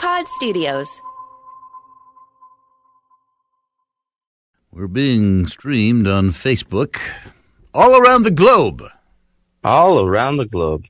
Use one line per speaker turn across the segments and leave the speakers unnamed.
Pod Studios.
We're being streamed on Facebook all around the globe
all around the globe.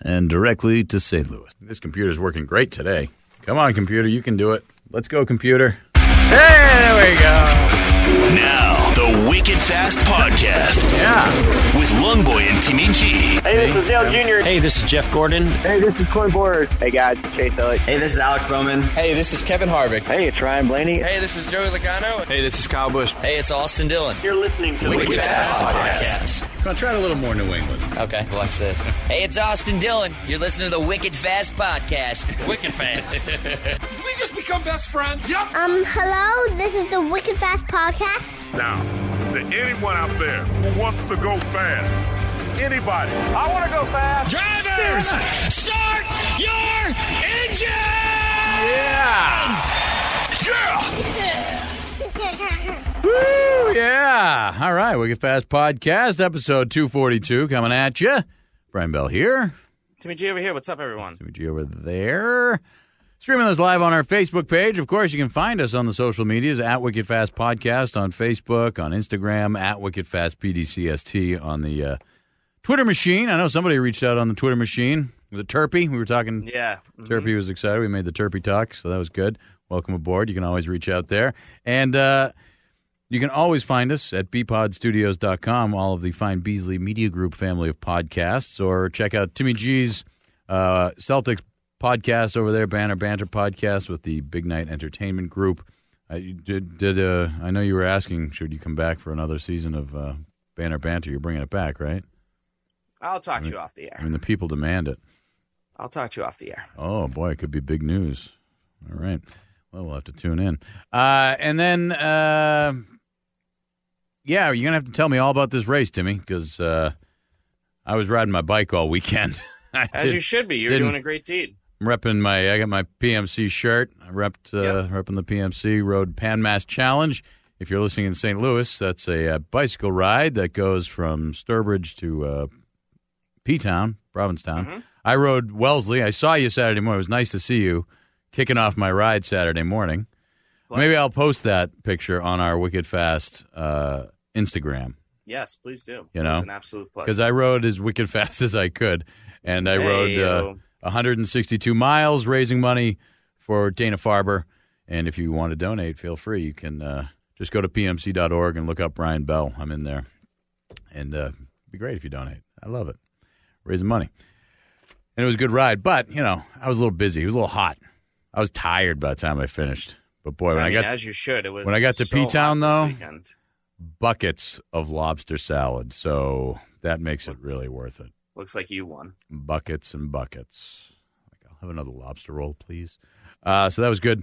and directly to St. Louis. This computer's working great today. Come on, computer, you can do it. Let's go, computer. Hey, there we go.
Now, the Wicked Fast Podcast
Yeah.
with Longboy and Timmy G.
Hey, this is Dale Jr.
Hey, this is Jeff Gordon.
Hey, this is Clint Board. Hey, guys, Chase Elliott.
Hey, this is Alex Bowman.
Hey, this is Kevin Harvick.
Hey, it's Ryan Blaney.
Hey, this is Joey Logano.
Hey, this is Kyle Bush.
Hey, it's Austin Dillon.
You're listening to
Wicked Fast Podcast.
Come on, try it a little more New England.
Okay, watch this. Hey, it's Austin Dillon. You're listening to the Wicked Fast Podcast. Wicked Fast.
Um, hello, this is the Wicked Fast Podcast.
Now, to anyone out there who wants to go fast, anybody,
I want to go fast.
drivers, start your engines! Yeah!
Woo, yeah. All right, Wicked Fast Podcast, episode 242, coming at you. Brian Bell here.
Timmy G over here. What's up, everyone?
Jimmy G over there. Streaming this live on our Facebook page. Of course, you can find us on the social medias at Wicked Fast Podcast on Facebook, on Instagram, at Wicked Fast PDCST on the uh, Twitter machine. I know somebody reached out on the Twitter machine. Was it Terpy? We were talking.
Yeah.
Terpy was excited. We made the Terpy talk, so that was good. Welcome aboard. You can always reach out there. And uh, you can always find us at bpodstudios.com, all of the fine Beasley Media Group family of podcasts, or check out Timmy G's uh, Celtics podcast over there, Banner Banter podcast with the Big Night Entertainment Group. I you did. did uh, I know you were asking, should you come back for another season of uh, Banner Banter? You're bringing it back, right?
I'll talk to you off the air.
I mean, the people demand it.
I'll talk to you off the air.
Oh boy, it could be big news. All right. Well, we'll have to tune in. Uh, and then, uh, yeah, you're gonna have to tell me all about this race, Timmy, because uh, I was riding my bike all weekend. I
As
did-
you should be. You're
didn't-
doing a great deed.
I'm repping my. I got my PMC shirt. I repped uh, repping the PMC Road Pan Mass Challenge. If you're listening in St. Louis, that's a uh, bicycle ride that goes from Sturbridge to uh, P Town, Provincetown. I rode Wellesley. I saw you Saturday morning. It was nice to see you kicking off my ride Saturday morning. Maybe I'll post that picture on our Wicked Fast uh, Instagram
Yes, please do.
You know,
it's an absolute pleasure.
because I rode as wicked fast as I could, and I rode uh,
Hey-o.
162 miles raising money for Dana Farber. And if you want to donate, feel free. You can uh, just go to pmc.org and look up Brian Bell. I'm in there, and uh, it'd be great if you donate. I love it, raising money, and it was a good ride. But you know, I was a little busy. It was a little hot. I was tired by the time I finished. But boy, when I,
I mean,
got
as you should. It was
when I got to
so hot
P-Town,
this
though,
weekend.
buckets of lobster salad, so that makes it really worth it.
looks like you won.
buckets and buckets. Like, I'll have another lobster roll, please. Uh, so that was good.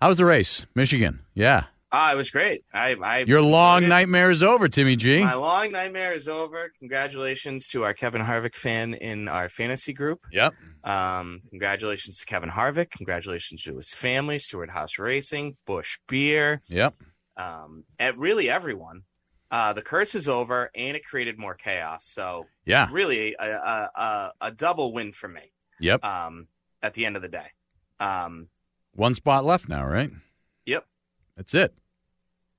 How was the race, Michigan? Yeah,
Ah, it was great. I, I
your long
enjoyed it.
nightmare is over, Timmy G.
My long nightmare is over. Congratulations to our Kevin Harvick fan in our fantasy group.
Yep.
Um, congratulations to Kevin Harvick. Congratulations to his family, Stewart House Racing, Bush Beer,
Yep.
um, and really everyone. Uh, the curse is over, and it created more chaos. So
Yeah.
really, a, a, a, a double win for me.
Yep.
Um, at the end of the day, um,
One spot left now, right?
Yep.
That's it.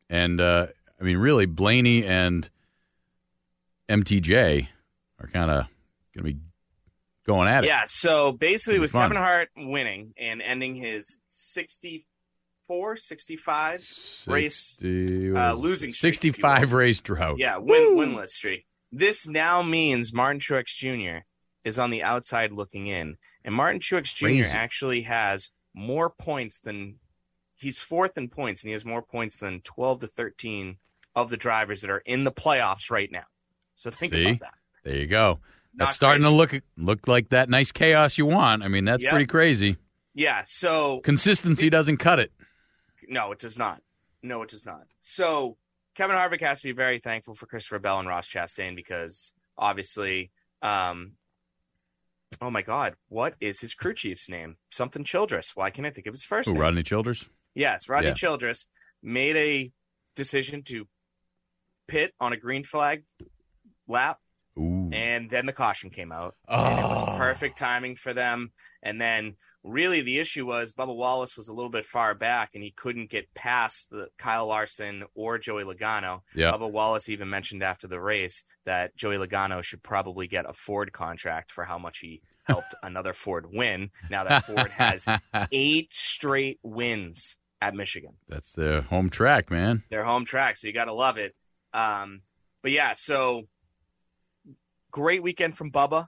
And uh, I mean, really, Blaney and MTJ are kind of going to be going at it.
yeah. So basically,
It'll be
with
fun.
Kevin Hart winning and ending his 64, 65 race
60
uh, losing streak, if you will.
sixty-five race drought.
Yeah, win, winless streak. This now means Martin Truex Jr. is on the outside looking in, and Martin Truex Jr.
Crazy.
actually has more points than he's fourth in points, and he has more points than twelve to thirteen of the drivers that are in the playoffs right now. So think
See?
about that.
There you go.
Not
That's starting to look look like that nice chaos you want. I mean, that's
Yep.
pretty crazy.
Yeah. So
Consistency doesn't cut it.
no, it does not. No, it does not. So Kevin Harvick has to be very thankful for Christopher Bell and Ross Chastain because obviously, um, oh my God, what is his crew chief's name? Something Childress. Why can't I think of his first
Ooh,
name?
Rodney Childers.
Yes, Rodney
Yeah.
Childress made a decision to pit on a green flag lap,
Ooh.
and then the caution came out, and it was
Oh.
perfect timing for them. And then, really, the issue was Bubba Wallace was a little bit far back, and he couldn't get past the Kyle Larson or Joey Logano.
Yeah.
Bubba Wallace even mentioned after the race that Joey Logano should probably get a Ford contract for how much he helped another Ford win. Now that Ford has eight straight wins at Michigan,
That's their home track, man.
their home track. So you got to love it. Um, but yeah, so great weekend from Bubba.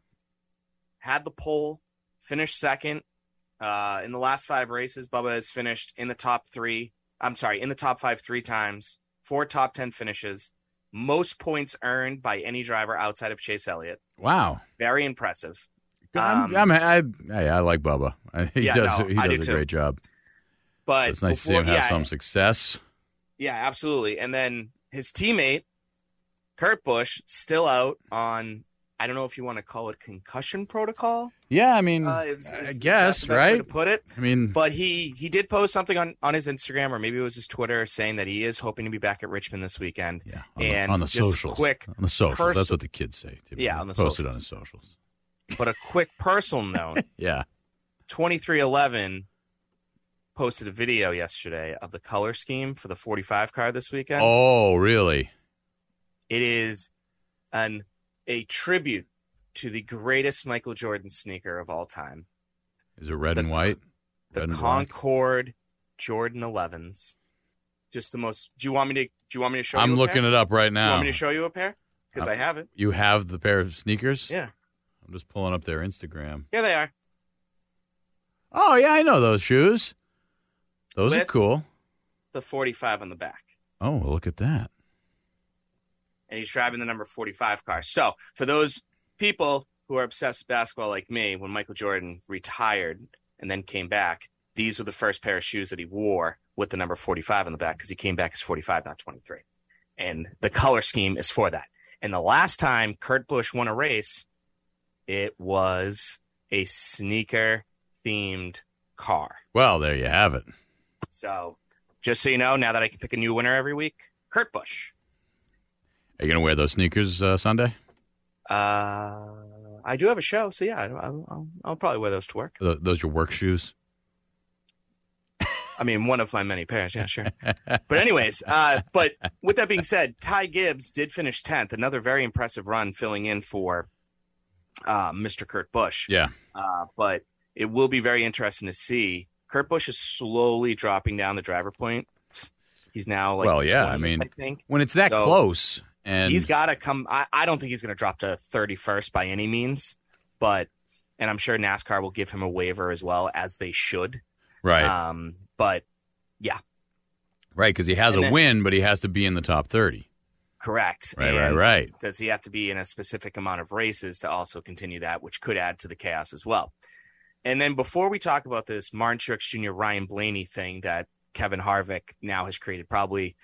Had the pole, finished second. Uh, in the last five races, Bubba has finished in the top three. I'm sorry, in the top five three times, four top 10 finishes, most points earned by any driver outside of Chase Elliott.
Wow.
Very impressive.
I'm, I'm,
Um,
I, hey, I like Bubba. He
Yeah,
does.
no,
he
I
does
do
a
too.
great job.
but
it's nice to see
before-
him have
yeah,
some success.
Yeah, absolutely. And then his teammate, Kurt Busch, still out on I don't know if you want to call it concussion protocol.
Yeah, I mean,
Uh, is-
Hmm. I
is- is
guess
that the best way
right.
to put it.
I mean,
But he he did post something on on his Instagram or maybe it was his Twitter saying that he is hoping to be back at Richmond this weekend. Yeah,
on the,
and
on the
just a
socials,
quick
on the socials.
pers-
That's what the kids say. typically.
Yeah, on the
posted on the
socials.
socials.
but a quick personal note.
Yeah,
2311 posted a video yesterday of the color scheme for the 45 car this weekend.
Oh, really?
It is an a tribute to the greatest Michael Jordan sneaker of all time,
Is it red
The
and white?
the
Red and black?
Concord Jordan 11s. Just the most. Do you want me to? Do you want me to show?
I'm
you a
looking
pair?
it up right
Do You
now.
want me to show you a pair? Because
Uh,
I have it.
You have the pair of sneakers?
Yeah,
I'm just pulling up their Instagram.
here they are.
Oh yeah, I know those shoes. Those are
With-
cool.
The 45 on the back,
Oh, well, look at that.
and he's driving the number 45 car. So for those people who are obsessed with basketball like me, when Michael Jordan retired and then came back, these were the first pair of shoes that he wore with the number 45 on the back because he came back as 45, not 23. and the color scheme is for that. And the last time Kurt Busch won a race, it was a sneaker themed car.
Well, there you have it.
So just so you know, now that I can pick a new winner every week, Kurt Busch.
Are you gonna wear those sneakers uh, Sunday?
Uh, I do have a show, so yeah, I- I'll, I'll, I'll probably wear those to work.
Th- those your work shoes?
I mean, one of my many pairs. Yeah, sure. But anyways, uh, but with that being said, Ty Gibbs did finish tenth, another very impressive run, filling in for uh, Mr. Kurt Busch.
Yeah.
Uh, but it will be very interesting to see. Kurt Busch is slowly dropping down the driver point. He's now like
well, yeah.
20,
I mean,
I think
when it's that
So,
close, and
he's got to come. I, I don't think he's going to drop to thirty first by any means, but and I'm sure NASCAR will give him a waiver as well as they should.
right,
Um, but
right, because he has a
and then-
win, but he has to be in the top thirty.
Correct.
Right, right,
And
right.
Does he have to be in a specific amount of races to also continue that, which could add to the chaos as well? And then before we talk about this Martin Truex Jr. Ryan Blaney thing that Kevin Harvick now has created, probably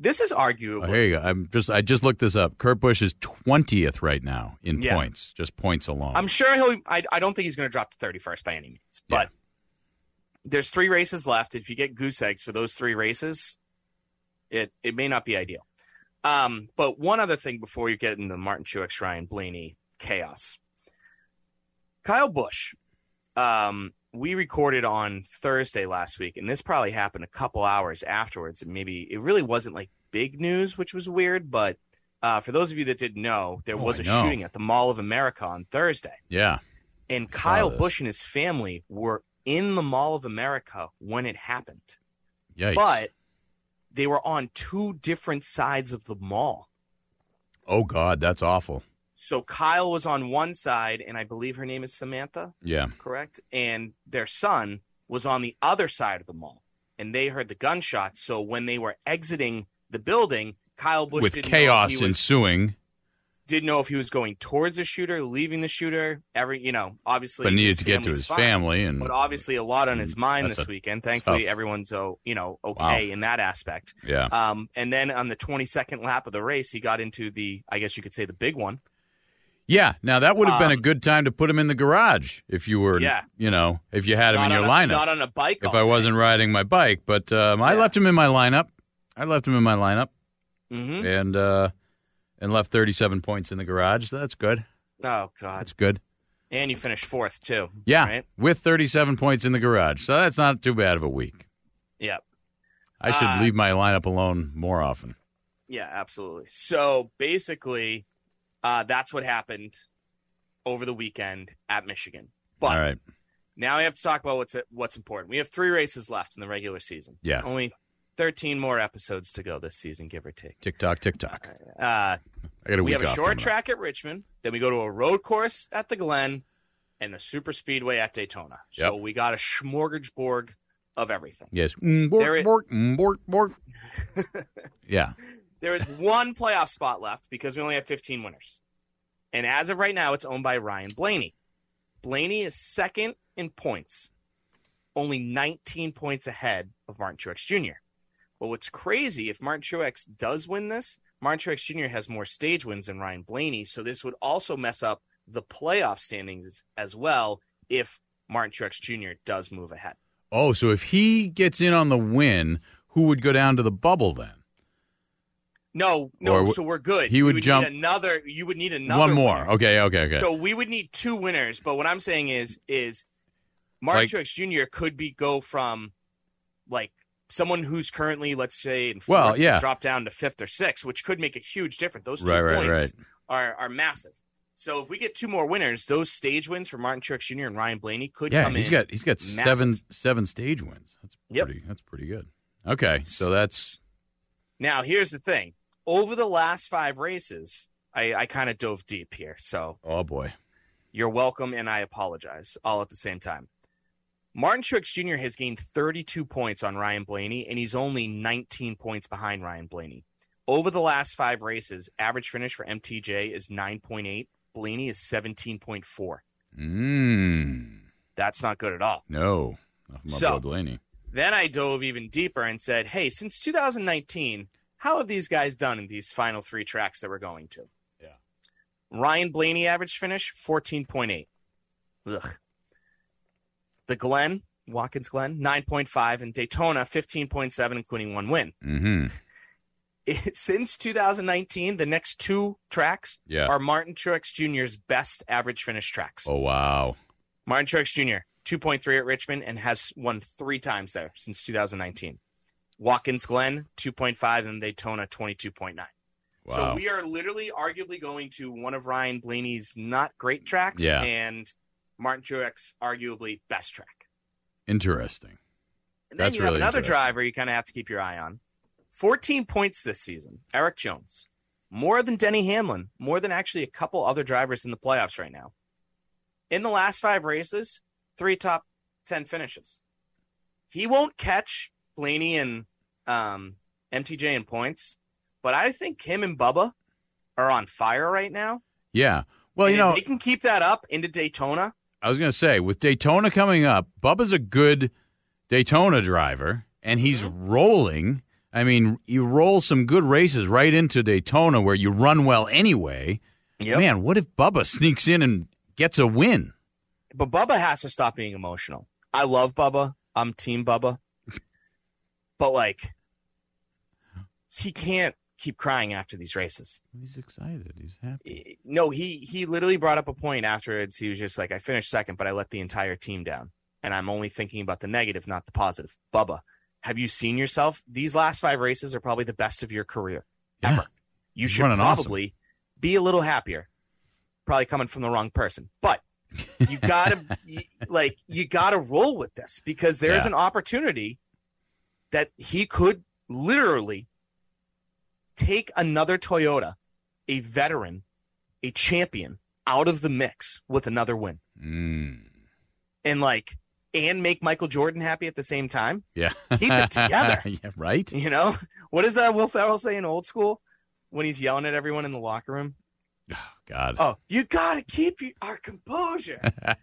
this is
Oh,
arguable.
here you go. I'm just I just looked this up. Kurt Busch is twentieth right now in
Yeah.
points, just points alone.
I'm sure he'll. I, I don't think he's going to drop to 31st by any means,
Yeah.
but there's three races left. If you get goose eggs for those three races, it it may not be ideal. Um, but one other thing before you get into the Martin Truex, Ryan Blaney chaos, Kyle Busch. Um, we recorded on Thursday last week, and this probably happened a couple hours afterwards. And maybe it really wasn't like big news, which was weird. But uh, for those of you that didn't know, there
Oh,
was
I
a
know.
shooting at the Mall of America on Thursday.
yeah.
And
saw
Kyle
that.
Bush and his family were in the Mall of America when it happened.
Yikes.
But they were on two different sides of the mall.
oh God, that's awful.
So Kyle was on one side, and I believe her name is Samantha,
Yeah.
correct? And their son was on the other side of the mall. And they heard the gunshot. So when they were exiting the building, Kyle Bush
With
didn't know if
chaos
he was-
ensuing.
didn't know if he was going towards the shooter, leaving the shooter. Every, you know, obviously,
But needed
his
to get to
family's
his
fine,
family and-
but obviously a lot on his mind
that's
this
a
weekend. Thankfully,
tough-
everyone's oh, you know, okay
Wow.
in that aspect.
Yeah.
Um, and then on the 22nd lap of the race, he got into the, I guess you could say, the big one.
Yeah. Now that would have been a
Um,
good time to put him in the garage if you were,
Yeah.
you know, if you had him in
Not
your
on
lineup.
a- not on a bike
If
all
I wasn't riding my bike, but um, I left him in my lineup. I left him in my lineup
Mm-hmm.
and uh, and left 37 points in the garage. That's good.
Oh God.
That's good.
And you finished fourth too.
Yeah,
Right.
with 37 points in the garage. So that's not too bad of a week.
Yeah.
I should
Ah.
leave my lineup alone more often.
Yeah, absolutely. So basically, uh, that's what happened over the weekend at Michigan. But
All right.
now we have to talk about what's what's important. We have three races left in the regular season.
Yeah.
Only thirteen more episodes to go this season, give or take.
TikTok, TikTok. I
Uh,
got a
we
week
have a
off coming
short
up.
track at Richmond. Then we go to a road course at the Glen, and a super speedway at Daytona. So
Yep.
we got a smorgasbord of everything.
Yes. Mm, bork,
There it-
bork, mm, bork, bork. yeah.
There is one playoff spot left because we only have 15 winners. And as of right now, it's owned by Ryan Blaney. Blaney is second in points, only 19 points ahead of Martin Truex Jr. But what's crazy, if Martin Truex does win this, Martin Truex Jr. has more stage wins than Ryan Blaney. So this would also mess up the playoff standings as well if Martin Truex Jr. does move ahead.
Oh, so if he gets in on the win, who would go down to the bubble then?
No,
Or
no,
w-
so we're good.
he
You
would
need
jump-
another. You would need another
One more.
winner.
Okay, okay, okay.
So we would need two winners. But what I'm saying is, is Martin
Like-
Truex Jr. could be go from like someone who's currently, let's say, in fourth,
Well, yeah.
drop down to fifth or sixth, which could make a huge difference. Those two
Right, right,
points are are massive. So if we get two more winners, those stage wins for Martin Truex Jr. and Ryan Blaney could
yeah,
come
he's
in.
got he's got
massive.
seven seven stage wins. That's
Yep.
pretty that's pretty good. Okay, so that's
Now here's the thing: over the last five races, I, I kind of dove deep here. So
oh boy.
You're welcome, and I apologize all at the same time. Martin Truex Jr. has gained 32 points on Ryan Blaney, and he's only 19 points behind Ryan Blaney. Over the last five races, average finish for MTJ is 9.8. Blaney is 17.4.
Mm.
That's not good at all.
No. Not my
So-
boy Blaney.
Then I dove even deeper and said, hey, since 2019, how have these guys done in these final three tracks that we're going to?
Yeah.
Ryan Blaney average finish, 14.8. Ugh. The Glen, Watkins Glen, 9.5, and Daytona, 15.7, including one win.
Mm-hmm.
since 2019, the next two tracks
Yeah.
are Martin Truex Jr.'s best average finish tracks.
Oh wow.
Martin Truex Jr. 2.3 at Richmond and has won three times there since 2019. Watkins Glen 2.5 and Daytona 22.9.
Wow.
So we are literally arguably going to one of Ryan Blaney's not great tracks
Yeah.
and Martin Truex arguably best track.
Interesting.
And then
That's
you
really
have another
interesting.
driver you kind of have to keep your eye on. 14 points this season, Eric Jones. More than Denny Hamlin, more than actually a couple other drivers in the playoffs right now. In the last five races, three top 10 finishes. He won't catch Blaney and um, MTJ in points, but I think him and Bubba are on fire right now.
Yeah. Well,
And
you
if
know,
they can keep that up into Daytona.
I was going to say with Daytona coming up, Bubba's a good Daytona driver, and he's
Mm-hmm.
rolling. I mean, you roll some good races right into Daytona where you run well anyway. Man, what if Bubba sneaks in and gets a win?
But Bubba has to stop being emotional. I love Bubba. I'm team Bubba. but like he can't keep crying after these races. E,
He's excited. He's happy.
No, he he literally brought up a point afterwards. He was just like, I finished second, but I let the entire team down. And I'm only thinking about the negative, not the positive. Bubba, have you seen yourself? These last five races are probably the best of your career
Yeah.
ever. You
He's
should
running awesome.
probably be a little happier. Probably coming from the wrong person, but you gotta you- like you gotta roll with this because there's
Yeah.
an opportunity that he could literally take another Toyota, a veteran, a champion, out of the mix with another win,
Mm.
and like and make Michael Jordan happy at the same time.
Yeah.
Keep it together.
yeah, right?
You know what does uh, Will Ferrell say in Old School when he's yelling at everyone in the locker room?
God.
Oh, you got to keep your, our composure.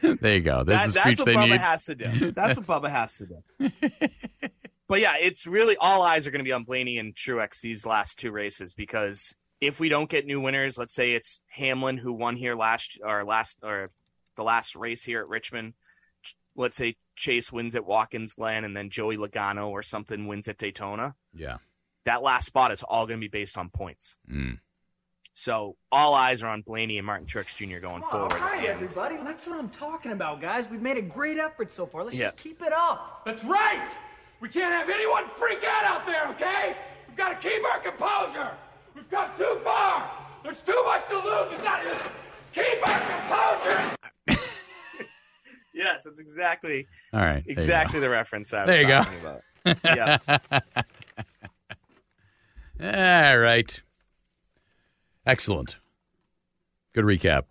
There you go. That's the
That-
speech
that's what
they
Bubba
need.
has to do. That's what Bubba has to do. but yeah, it's really all eyes are going to be on Blaney and Truex these last two races because if we don't get new winners, let's say it's Hamlin who won here last or last or the last race here at Richmond. Ch- Let's say Chase wins at Watkins Glen and then Joey Logano or something wins at Daytona.
yeah.
That last spot is all going to be based on points.
Mm.
So all eyes are on Blaney and Martin Truex Jr. going
All
forward.
right,
And-
everybody. That's what I'm talking about, guys. We've made a great effort so far. Let's
Yeah.
just keep it up. That's right.
We can't have anyone freak out out there, okay? We've got to keep our composure. We've got too far. There's too much to lose. We've got to just keep our composure.
Yes, that's exactly.
All right, there you
exactly
go.
the reference I was
There you go.
talking about. yeah,
All right. Excellent. Good recap.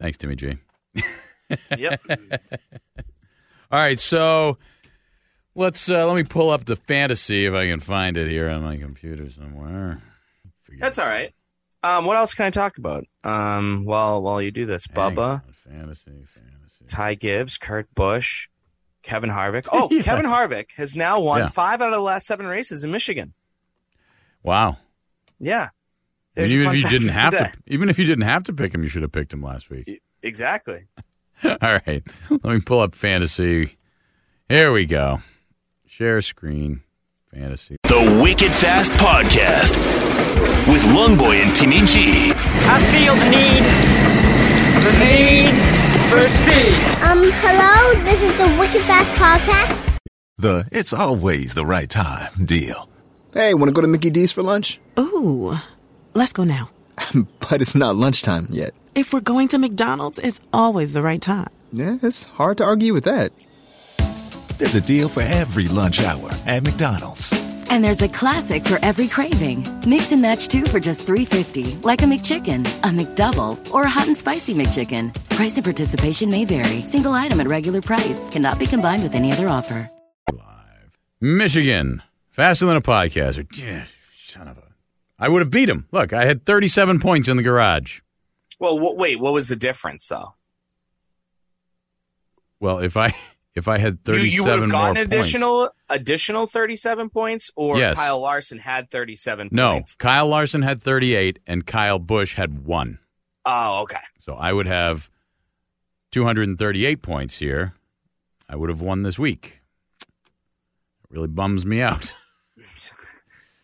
Thanks, Timmy G.
Yep.
All right, so let's uh, let me pull up the fantasy if I can find it here on my computer somewhere.
that's all right. Um, what else can I talk about? Um, while while you do this, Bubba,
fantasy,
Ty Gibbs, Kurt Busch, Kevin Harvick. Oh, Kevin Harvick has now won
Yeah.
five out of the last seven races in Michigan.
Wow.
Yeah, There's a
Even if
fun
you
fact
didn't
of
have
the
to,
day.
even if you didn't have to pick him, you should have picked him last week.
exactly.
All right. Let me pull up fantasy. Here we go. Share screen. Fantasy.
The Wicked Fast Podcast with Longboy and Timmy G.
I feel the need, the need for speed.
Um, hello, this is the Wicked Fast Podcast.
The it's always the right time deal.
Hey, want to go to Mickey D's for lunch?
Ooh, let's go now.
but it's not lunchtime yet.
If we're going to McDonald's, it's always the right time.
Yeah, it's hard to argue with that.
There's a deal for every lunch hour at McDonald's.
And there's a classic for every craving. Mix and match two for just $3.50, like a McChicken, a McDouble, or a hot and spicy McChicken. Price and participation may vary. Single item at regular price cannot be combined with any other offer.
Michigan. Faster than a podcaster. Yeah, son of a. I would have beat him. Look, I had 37 points in the garage.
Well, wh- wait, what was the difference though?
Well, if I if I had
You,
37
you would have
more
gotten
points.
additional additional thirty seven points, or
Yes.
Kyle Larson had thirty seven.
No, Kyle Larson had 38 and Kyle Bush had 1.
Oh, okay.
So I would have 238 points here. I would have won this week. It really bums me out.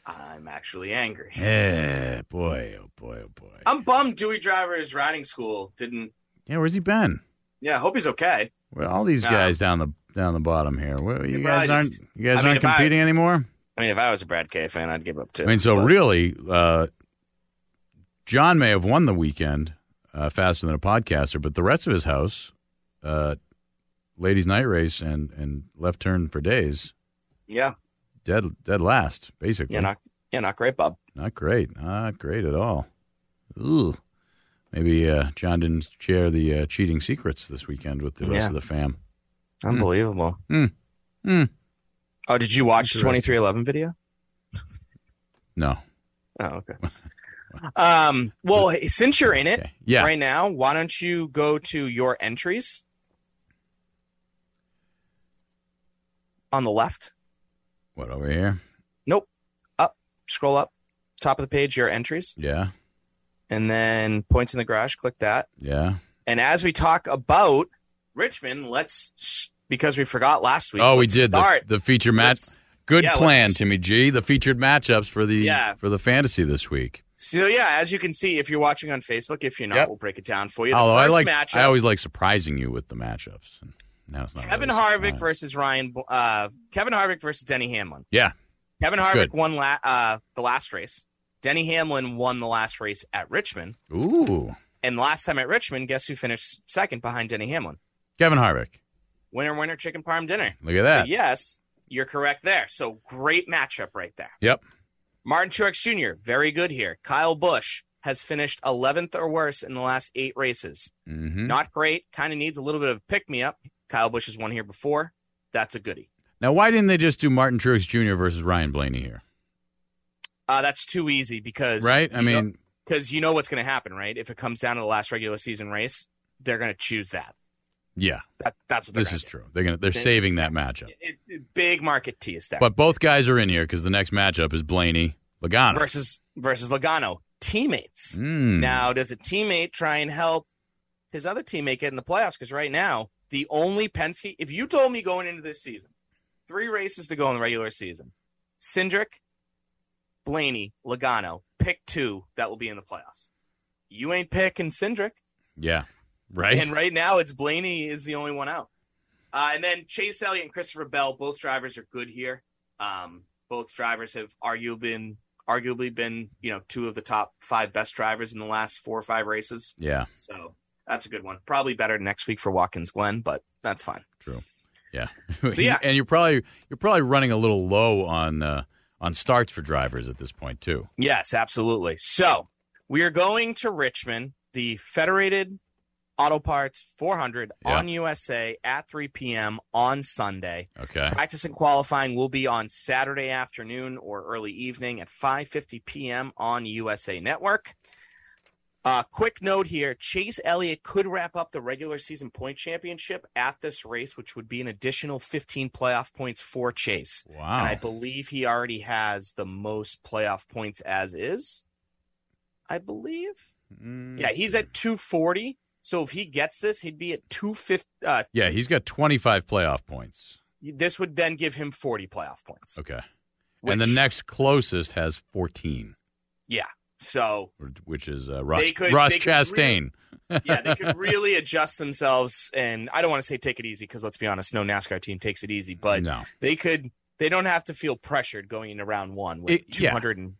I'm actually angry.
Yeah, boy, oh boy, oh boy.
I'm bummed Dewey Driver's riding school didn't.
Yeah, where's he been?
Yeah, I hope he's okay.
Where all these
Nah.
guys down the down the bottom here? Where, you
They
guys
probably
aren't
just-
you guys
I mean,
aren't
if I-
competing anymore?
I mean, if I was a Brad K fan, I'd give up too.
I mean, so
But-
really, uh, John may have won the weekend uh, faster than a podcaster, but the rest of his house, uh, ladies' night race and and left turn for days,
yeah,
dead dead last basically.
yeah, not yeah, not great, Bob.
Not great. Not great at all. Ooh. Maybe uh, John didn't share the uh, cheating secrets this weekend with the rest
Yeah.
of the fam.
Unbelievable.
Hmm. Hmm.
Oh, did you watch the
Interesting.
twenty three eleven video?
No.
Oh, okay. Um. Well, hey, since you're in it
Yeah.
right now, why don't you go to your entries on the left?
What over here?
Nope. Up. Scroll up. Top of the page, your entries,
Yeah.
and then points in the garage. Click that.
Yeah.
And as we talk about Richmond, let's s- because we forgot last week.
oh, we
let's
did the,
Start.
the feature match. Good
yeah,
plan,
let's-
Timmy G. The featured matchups for the
Yeah.
for the fantasy this week.
So yeah, as you can see, if you're watching on Facebook, if you're not, we'll break it down for you. The
Although I
first
like,
matchup,
I always like surprising you with the matchups. And Now it's not.
Kevin
really
Harvick
surprising.
versus Ryan. Uh, Kevin Harvick versus Denny Hamlin.
Yeah.
Kevin Harvick
Good.
won la- uh, the last race. Denny Hamlin won the last race at Richmond.
Ooh.
And last time at Richmond, guess who finished second behind Denny Hamlin?
Kevin Harvick.
Winner, winner, chicken parm dinner.
Look at
So,
that.
yes, you're correct there. So great matchup right there.
Yep.
Martin Truex Jr. very good here. Kyle Busch has finished 11th or worse in the last eight races.
Mm-hmm.
Not great. Kind of needs a little bit of pick me up. Kyle Busch has won here before. That's a goodie.
Now, why didn't they just do Martin Truex Jr. versus Ryan Blaney here?
Uh, that's too easy because
Right? I
you go-
mean,
because you know what's going to happen, right? If it comes down to the last regular season race, they're going to choose that.
Yeah,
That that's what they're
this
gonna
is
do.
true. They're gonna they're
They-
saving that matchup.
It, it- big market tease there.
But both guys are in here because the next matchup is Blaney Logano.
versus versus Logano, teammates.
Hmm.
Now, does a teammate try and help his other teammate get in the playoffs? Because right now, the only Penske, if you told me going into this season, three races to go in the regular season, Cindric, Blaney, Logano, pick two that will be in the playoffs. You ain't picking Cindric.
yeah, right.
And right now, it's Blaney is the only one out. Uh, and then Chase Elliott and Christopher Bell, both drivers are good here. Um, both drivers have arguably been, arguably been, you know, two of the top five best drivers in the last four or five races.
Yeah.
So that's a good one. Probably better next week for Watkins Glen, but that's fine.
True. Yeah.
yeah.
and you're probably you're probably running a little low on uh, on starts for drivers at this point too.
Yes, absolutely. So we are going to Richmond, the Federated Auto Parts 400
Yeah.
on USA at 3 p.m. on Sunday.
Okay.
Practice and qualifying will be on Saturday afternoon or early evening at 5:50 p.m. on USA Network. Uh, quick note here: Chase Elliott could wrap up the regular season point championship at this race, which would be an additional 15 playoff points for Chase.
Wow!
And I believe he already has the most playoff points as is. I believe.
Mm. Hmm.
Yeah, he's at 240. So if he gets this, he'd be at 250. Uh,
Yeah, he's got 25 playoff points.
this would then give him 40 playoff points.
Okay. and the
Which-
next closest has 14,
Yeah. So
which is uh, Ross,
They could-
Ross
they could
Chastain.
yeah, they could really adjust themselves. And I don't want to say take it easy because let's be honest, no NASCAR team takes it easy, but
No.
they could. They don't have to feel pressured going into round one with
It- yeah.
200 and.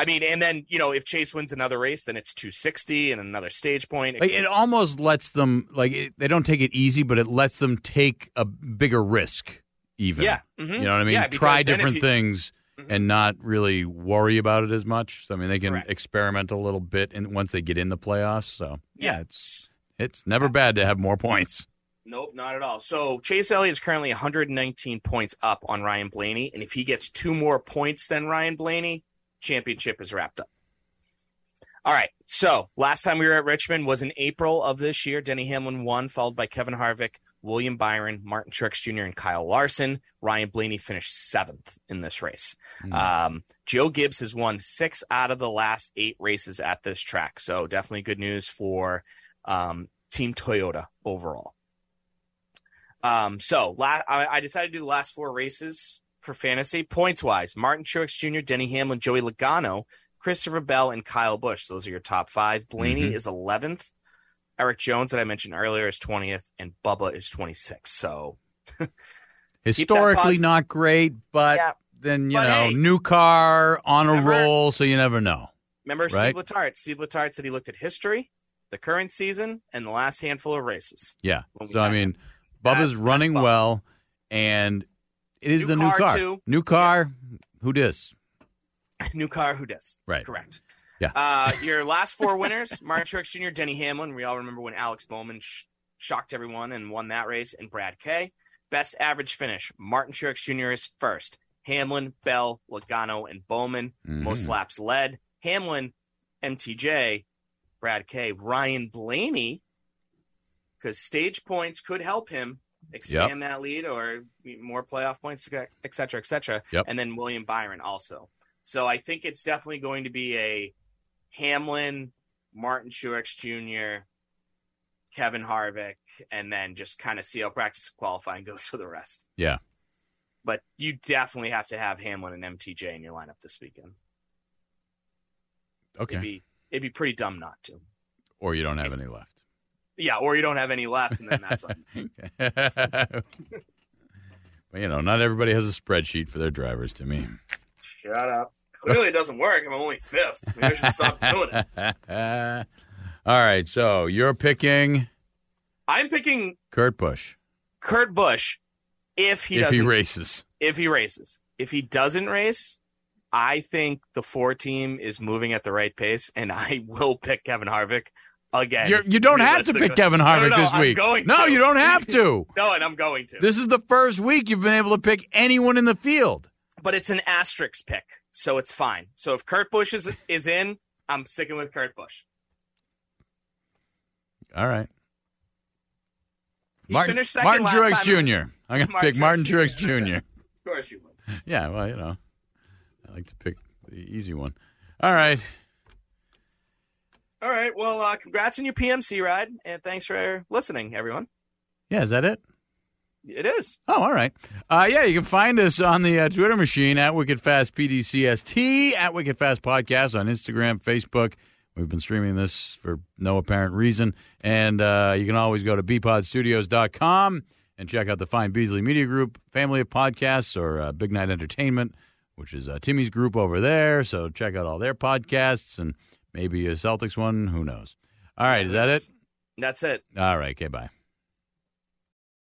I mean, and then you know, if Chase wins another race, then it's 260 and another stage point.
Like, it almost lets them like it, they don't take it easy, but it lets them take a bigger risk. Even
Yeah, mhm.
you know what I mean.
Yeah, because
Try
then if
different
you- Mm-hmm.
things and not really worry about it as much. So, I mean, they can experiment a little bit, and once they get in the playoffs, so yeah, it's it's never bad to have more points.
Nope, not at all. So Chase Elliott is currently 119 points up on Ryan Blaney, and if he gets two more points than Ryan Blaney, championship is wrapped up. All right. So last time we were at Richmond was in April of this year. Denny Hamlin won, followed by Kevin Harvick, William Byron, Martin Truex Jr., and Kyle Larson. Ryan Blaney finished seventh in this race.
Hmm.
Um, Joe Gibbs has won six out of the last eight races at this track. So definitely good news for um, Team Toyota overall. Um, so la- I, I decided to do the last four races for fantasy points wise. Martin Truex Jr., Denny Hamlin, Joey Logano, Christopher Bell, and Kyle Busch. Those are your top five. Blaney
Mhm.
is eleventh. Eric Jones, that I mentioned earlier, is twentieth, and Bubba is twenty sixth. So
Historically
posi-
not great, but then you
But
know,
hey.
new car on a roll, so you never know.
remember
right?
Steve Letarte. Steve Letarte said he looked at history, the current season, and the last handful of races.
Yeah.
when we
So I
got
mean, Bubba's running well, and it is
New
the new
car,
car.
too.
New car. Who dis?
New car, who does?
Right.
Correct.
Yeah.
Uh, your last four winners: Martin Truex Jr., Denny Hamlin. We all remember when Alex Bowman sh- shocked everyone and won that race, and Brad Kay. Best average finish: Martin Truex Jr. is first. Hamlin, Bell, Logano, and Bowman. Most
Mhm.
laps led: Hamlin, MTJ, Brad Kay, Ryan Blaney. Because stage points could help him expand that lead or more playoff points, et cetera, et cetera.
Yep.
And then William Byron also. So I think it's definitely going to be a Hamlin, Martin Truex Jr., Kevin Harvick, and then just kind of see how practice qualifying goes for the rest.
yeah.
But you definitely have to have Hamlin and MTJ in your lineup this weekend.
Okay.
It'd be it'd be pretty dumb not to.
or you don't have any left.
Yeah, or you don't have any left, and then that's on you.
But you know, not everybody has a spreadsheet for their drivers. To me,
Shut up. Clearly, it doesn't work. I'm only fifth. Maybe I should stop doing it.
All right. So you're picking
I'm picking
Kurt Busch
Kurt Busch if he
if
doesn't
he races.
If he races. If he doesn't race, I think the four team is moving at the right pace, and I will pick Kevin Harvick again.
You're, you don't have to pick
Realistically.
Kevin
No,
Harvick
no, no,
this
I'm
week.
going
no,
to.
you don't have to.
no, and I'm going to.
This is the first week you've been able to pick anyone in the field.
but it's an asterisk pick, so it's fine. So if Kurt Busch is is in, I'm sticking with Kurt Busch.
All right.
He
Martin,
finished
Martin
second last
Truex
time.
Jr. I'm going to
Martin
pick Martin
Truex
Truex Jr.
Of course you would.
yeah, well, you know, I like to pick the easy one. All right.
All right. Well, uh, congrats on your PMC ride, and thanks for listening, everyone.
Yeah, is that it?
It is.
Oh, all right. Uh, yeah, you can find us on the uh, Twitter machine at WickedFastPDCST, at WickedFast Podcast on Instagram, Facebook. We've been streaming this for no apparent reason. And uh, you can always go to bpodstudios.com and check out the Fine Beasley Media Group, Family of Podcasts, or uh, Big Night Entertainment, which is uh, Timmy's group over there. So check out all their podcasts and maybe a Celtics one. Who knows? All right, is that it?
That's it.
All right, okay, bye.